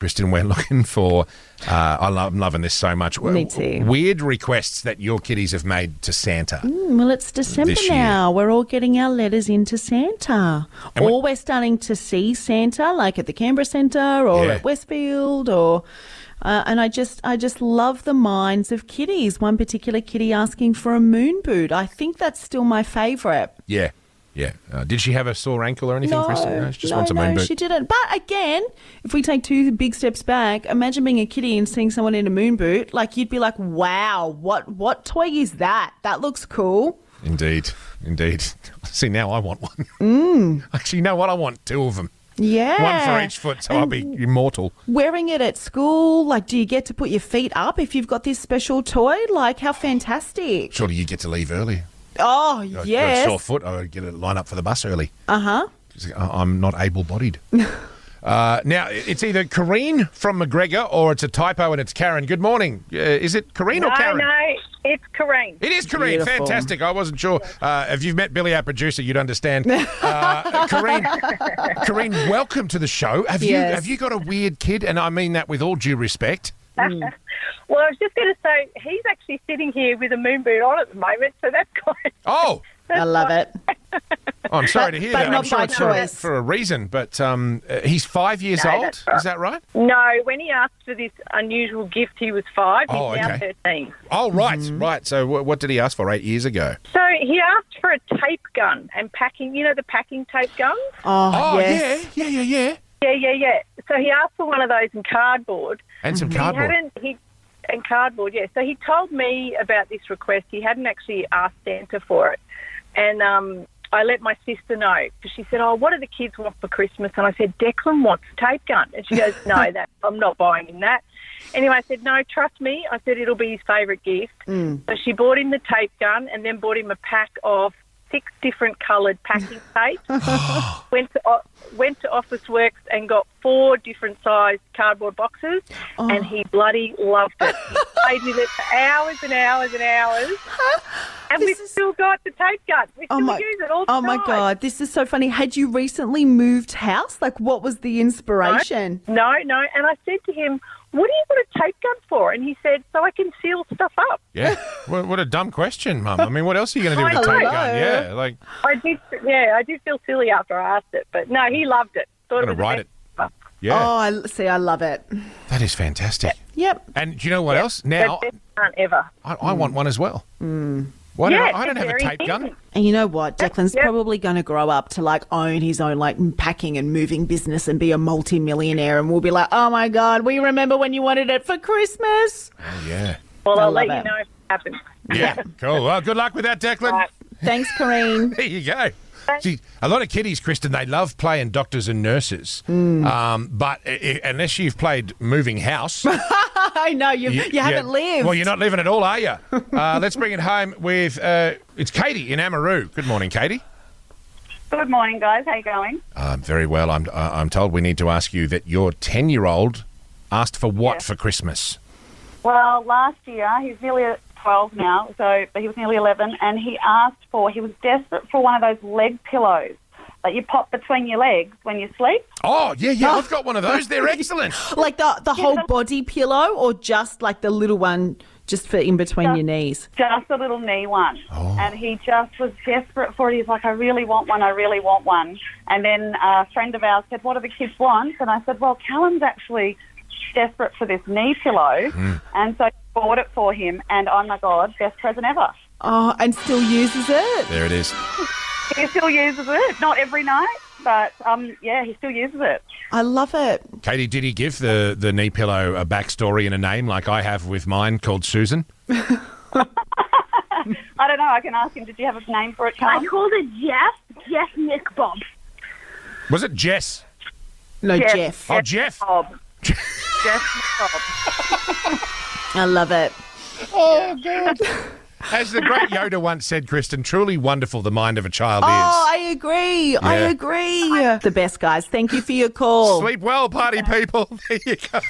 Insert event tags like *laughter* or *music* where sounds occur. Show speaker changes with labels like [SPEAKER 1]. [SPEAKER 1] Kristen, we're *laughs* looking for. Uh, I love, I'm loving this so much.
[SPEAKER 2] Me too.
[SPEAKER 1] Weird requests that your kiddies have made to Santa.
[SPEAKER 2] Mm, Well, it's December
[SPEAKER 1] This year.
[SPEAKER 2] now. We're all getting our letters into Santa.
[SPEAKER 1] And we-
[SPEAKER 2] or we're starting to see Santa, like at the Canberra Centre or
[SPEAKER 1] Yeah.
[SPEAKER 2] at Westfield or. Uh, and I just, I just love the minds of kiddies. One particular kitty asking for a moon boot. I think that's still my favourite.
[SPEAKER 1] Yeah, yeah. Uh, did she have a sore ankle or anything,
[SPEAKER 2] No,
[SPEAKER 1] Kristen? No, she just
[SPEAKER 2] no,
[SPEAKER 1] wants a moon
[SPEAKER 2] no,
[SPEAKER 1] boot.
[SPEAKER 2] she didn't. But again, if we take two big steps back, imagine being a kitty and seeing someone in a moon boot. Like you'd be like, "Wow, what what toy is that? That looks cool."
[SPEAKER 1] Indeed, indeed. *laughs* See, now I want one. *laughs* Actually, you know what? I want two of them.
[SPEAKER 2] Mm. Yeah,
[SPEAKER 1] One for each foot, so I'll be immortal.
[SPEAKER 2] Wearing it at school, like, do you get to put your feet up if you've got this special toy? Like, how fantastic!
[SPEAKER 1] Surely you get to leave early.
[SPEAKER 2] Oh
[SPEAKER 1] I- I've Got a sore
[SPEAKER 2] yes,
[SPEAKER 1] foot. I would get a line up for the bus early.
[SPEAKER 2] uh huh.
[SPEAKER 1] 'Cause I- I'm not
[SPEAKER 2] *laughs*
[SPEAKER 1] able-bodied. Uh, now it's either Kareen from McGregor or it's a typo and it's Karen. Good morning. Uh, is it Kareen or
[SPEAKER 3] No,
[SPEAKER 1] Karen?
[SPEAKER 3] no, it's Corrine.
[SPEAKER 1] It is Kareen.
[SPEAKER 2] Beautiful.
[SPEAKER 1] Fantastic. I wasn't sure. Uh, if you've met Billy, our producer, you'd
[SPEAKER 2] *laughs*
[SPEAKER 1] understand. Uh, Kareen, Kareen, welcome to the show. Have you
[SPEAKER 2] Yes.
[SPEAKER 1] have you got a weird kid? And I mean that with all due respect.
[SPEAKER 3] *laughs* Well, I was just going to say he's actually sitting here with a moon boot on at the moment, so that's *laughs* quite.
[SPEAKER 1] Oh,
[SPEAKER 2] I love it.
[SPEAKER 1] I'm sorry
[SPEAKER 2] But-
[SPEAKER 1] to hear
[SPEAKER 2] but
[SPEAKER 1] that. I'm
[SPEAKER 2] not
[SPEAKER 1] sure
[SPEAKER 2] by
[SPEAKER 1] it's for,
[SPEAKER 2] choice.
[SPEAKER 1] for a reason. But um, uh, he's five years
[SPEAKER 3] No,
[SPEAKER 1] old.
[SPEAKER 3] that's right.
[SPEAKER 1] Is that right?
[SPEAKER 3] No, when he asked for this unusual gift, he was five. He's
[SPEAKER 1] Oh,
[SPEAKER 3] now
[SPEAKER 1] okay.
[SPEAKER 3] thirteen.
[SPEAKER 1] Oh, right,
[SPEAKER 2] Mm-hmm.
[SPEAKER 1] right. So wh- what did he ask for eight years ago?
[SPEAKER 3] So he asked for a tape gun and packing. You know the packing tape guns.
[SPEAKER 2] Oh,
[SPEAKER 1] Oh,
[SPEAKER 2] yes.
[SPEAKER 1] yeah, yeah, yeah, yeah.
[SPEAKER 3] Yeah, yeah, yeah. So he asked for one of those in cardboard.
[SPEAKER 1] And some
[SPEAKER 3] But
[SPEAKER 1] cardboard.
[SPEAKER 3] He hadn't. He and cardboard. Yeah. So he told me about this request. He hadn't actually asked Santa for it, and um, I let my sister know because she said, "Oh, what do the kids want for Christmas?" And I said, "Declan wants a tape gun," and she goes, "No, that I'm not buying him that." Anyway, I said, "No, trust me." I said, "It'll be his favourite gift." So she bought him the tape gun, and then bought him a pack of. Six different coloured packing tape. went to o- went to Office Works and got four different sized cardboard boxes,
[SPEAKER 2] Oh.
[SPEAKER 3] and he bloody loved it.
[SPEAKER 2] *laughs*
[SPEAKER 3] He played with it for hours and hours and hours, and
[SPEAKER 2] This
[SPEAKER 3] we've
[SPEAKER 2] is-
[SPEAKER 3] still got the tape gun. We still
[SPEAKER 2] Oh my,
[SPEAKER 3] use it all the
[SPEAKER 2] oh my
[SPEAKER 3] time.
[SPEAKER 2] god, this is so funny. Had you recently moved house? Like, what was the inspiration?
[SPEAKER 3] No, no. And I said to him, "What do you want a tape gun for?" And he said, "So I can seal stuff up."
[SPEAKER 1] Yeah. what, what a dumb question, Mum. I mean, what else are you going to do with a
[SPEAKER 2] Hello.
[SPEAKER 1] tape gun? Yeah, like
[SPEAKER 3] I did, yeah, I did feel silly after I asked it, but no, he loved it. Thought
[SPEAKER 1] I'm going to
[SPEAKER 3] it was the
[SPEAKER 1] write
[SPEAKER 3] best
[SPEAKER 1] it.
[SPEAKER 3] ever.
[SPEAKER 1] Yeah,
[SPEAKER 2] Oh, I, see, I love it.
[SPEAKER 1] that is fantastic.
[SPEAKER 2] Yep.
[SPEAKER 1] And do you know what else? Now
[SPEAKER 3] the best gun ever.
[SPEAKER 1] I, I want one as well. Why don't
[SPEAKER 3] Yeah,
[SPEAKER 1] I, I don't
[SPEAKER 3] it's
[SPEAKER 1] have a
[SPEAKER 3] very
[SPEAKER 1] tape gun.
[SPEAKER 3] easy.
[SPEAKER 2] And you know what? Declan's
[SPEAKER 3] Yep.
[SPEAKER 2] probably going to grow up to like own his own like packing and moving business and be a multi-millionaire and we'll be like, "Oh my god, we remember when you wanted it for Christmas."
[SPEAKER 1] Oh, yeah.
[SPEAKER 3] Well,
[SPEAKER 2] I
[SPEAKER 3] I'll
[SPEAKER 2] love
[SPEAKER 3] let you
[SPEAKER 2] it.
[SPEAKER 3] know if it happens.
[SPEAKER 1] Yeah. cool. Well, good luck with that, Declan.
[SPEAKER 3] Right.
[SPEAKER 2] Thanks, Corrine.
[SPEAKER 1] There you go. See, a lot of kiddies, Kristen, they love playing doctors and nurses. Um, but i i unless you've played moving house,
[SPEAKER 2] *laughs* I know you you, haven't lived.
[SPEAKER 1] Well, you're not living at all, are you? Uh, *laughs* let's bring it home with uh, it's Katie in Amaroo. Good morning, Katie.
[SPEAKER 4] Good morning, guys. How you going?
[SPEAKER 1] Um, very well. I'm uh, I'm told we need to ask you that your ten year old asked for what for Christmas?
[SPEAKER 4] Well, last year he's nearly twelve now, so but he was nearly eleven, and he asked for he was desperate for one of those leg pillows that you pop between your legs when you sleep.
[SPEAKER 1] Oh yeah, yeah. I've got one of those.
[SPEAKER 2] *laughs*
[SPEAKER 1] They're excellent.
[SPEAKER 2] like the the whole body pillow or just like the little one just for in between your knees.
[SPEAKER 4] Just a little knee one, and he just was desperate for it. He's like, "I really want one. I really want one." And then a friend of ours said, "What do the kids want?" And I said, "Well, Callum's actually desperate for this knee pillow," and so I bought it for him. And oh my god, best present ever.
[SPEAKER 2] Oh, and still uses it.
[SPEAKER 1] There it is.
[SPEAKER 4] He still uses it, not every night, but um, yeah, he still uses it.
[SPEAKER 2] I love it.
[SPEAKER 1] Katie, did he give the the knee pillow a backstory and a name like I have with mine called Susan?
[SPEAKER 4] I don't know. I can ask him. Did you have a name for it,
[SPEAKER 5] I
[SPEAKER 4] Carl?
[SPEAKER 3] Oh,
[SPEAKER 5] called it Jeff, Jeff Nick Bob.
[SPEAKER 1] Was it Jess?
[SPEAKER 2] No,
[SPEAKER 4] Jeff.
[SPEAKER 2] Jeff.
[SPEAKER 1] Oh, Jeff.
[SPEAKER 4] Bob. Just Bob.
[SPEAKER 2] I love it.
[SPEAKER 1] Oh God.
[SPEAKER 2] *laughs*
[SPEAKER 1] As the great Yoda once said, Kristen, truly wonderful the mind of a child
[SPEAKER 2] Oh, I agree. I
[SPEAKER 1] Yeah.
[SPEAKER 2] agree. The best guys. Thank you for your call.
[SPEAKER 1] is. Sleep well, party people. *laughs* There you go.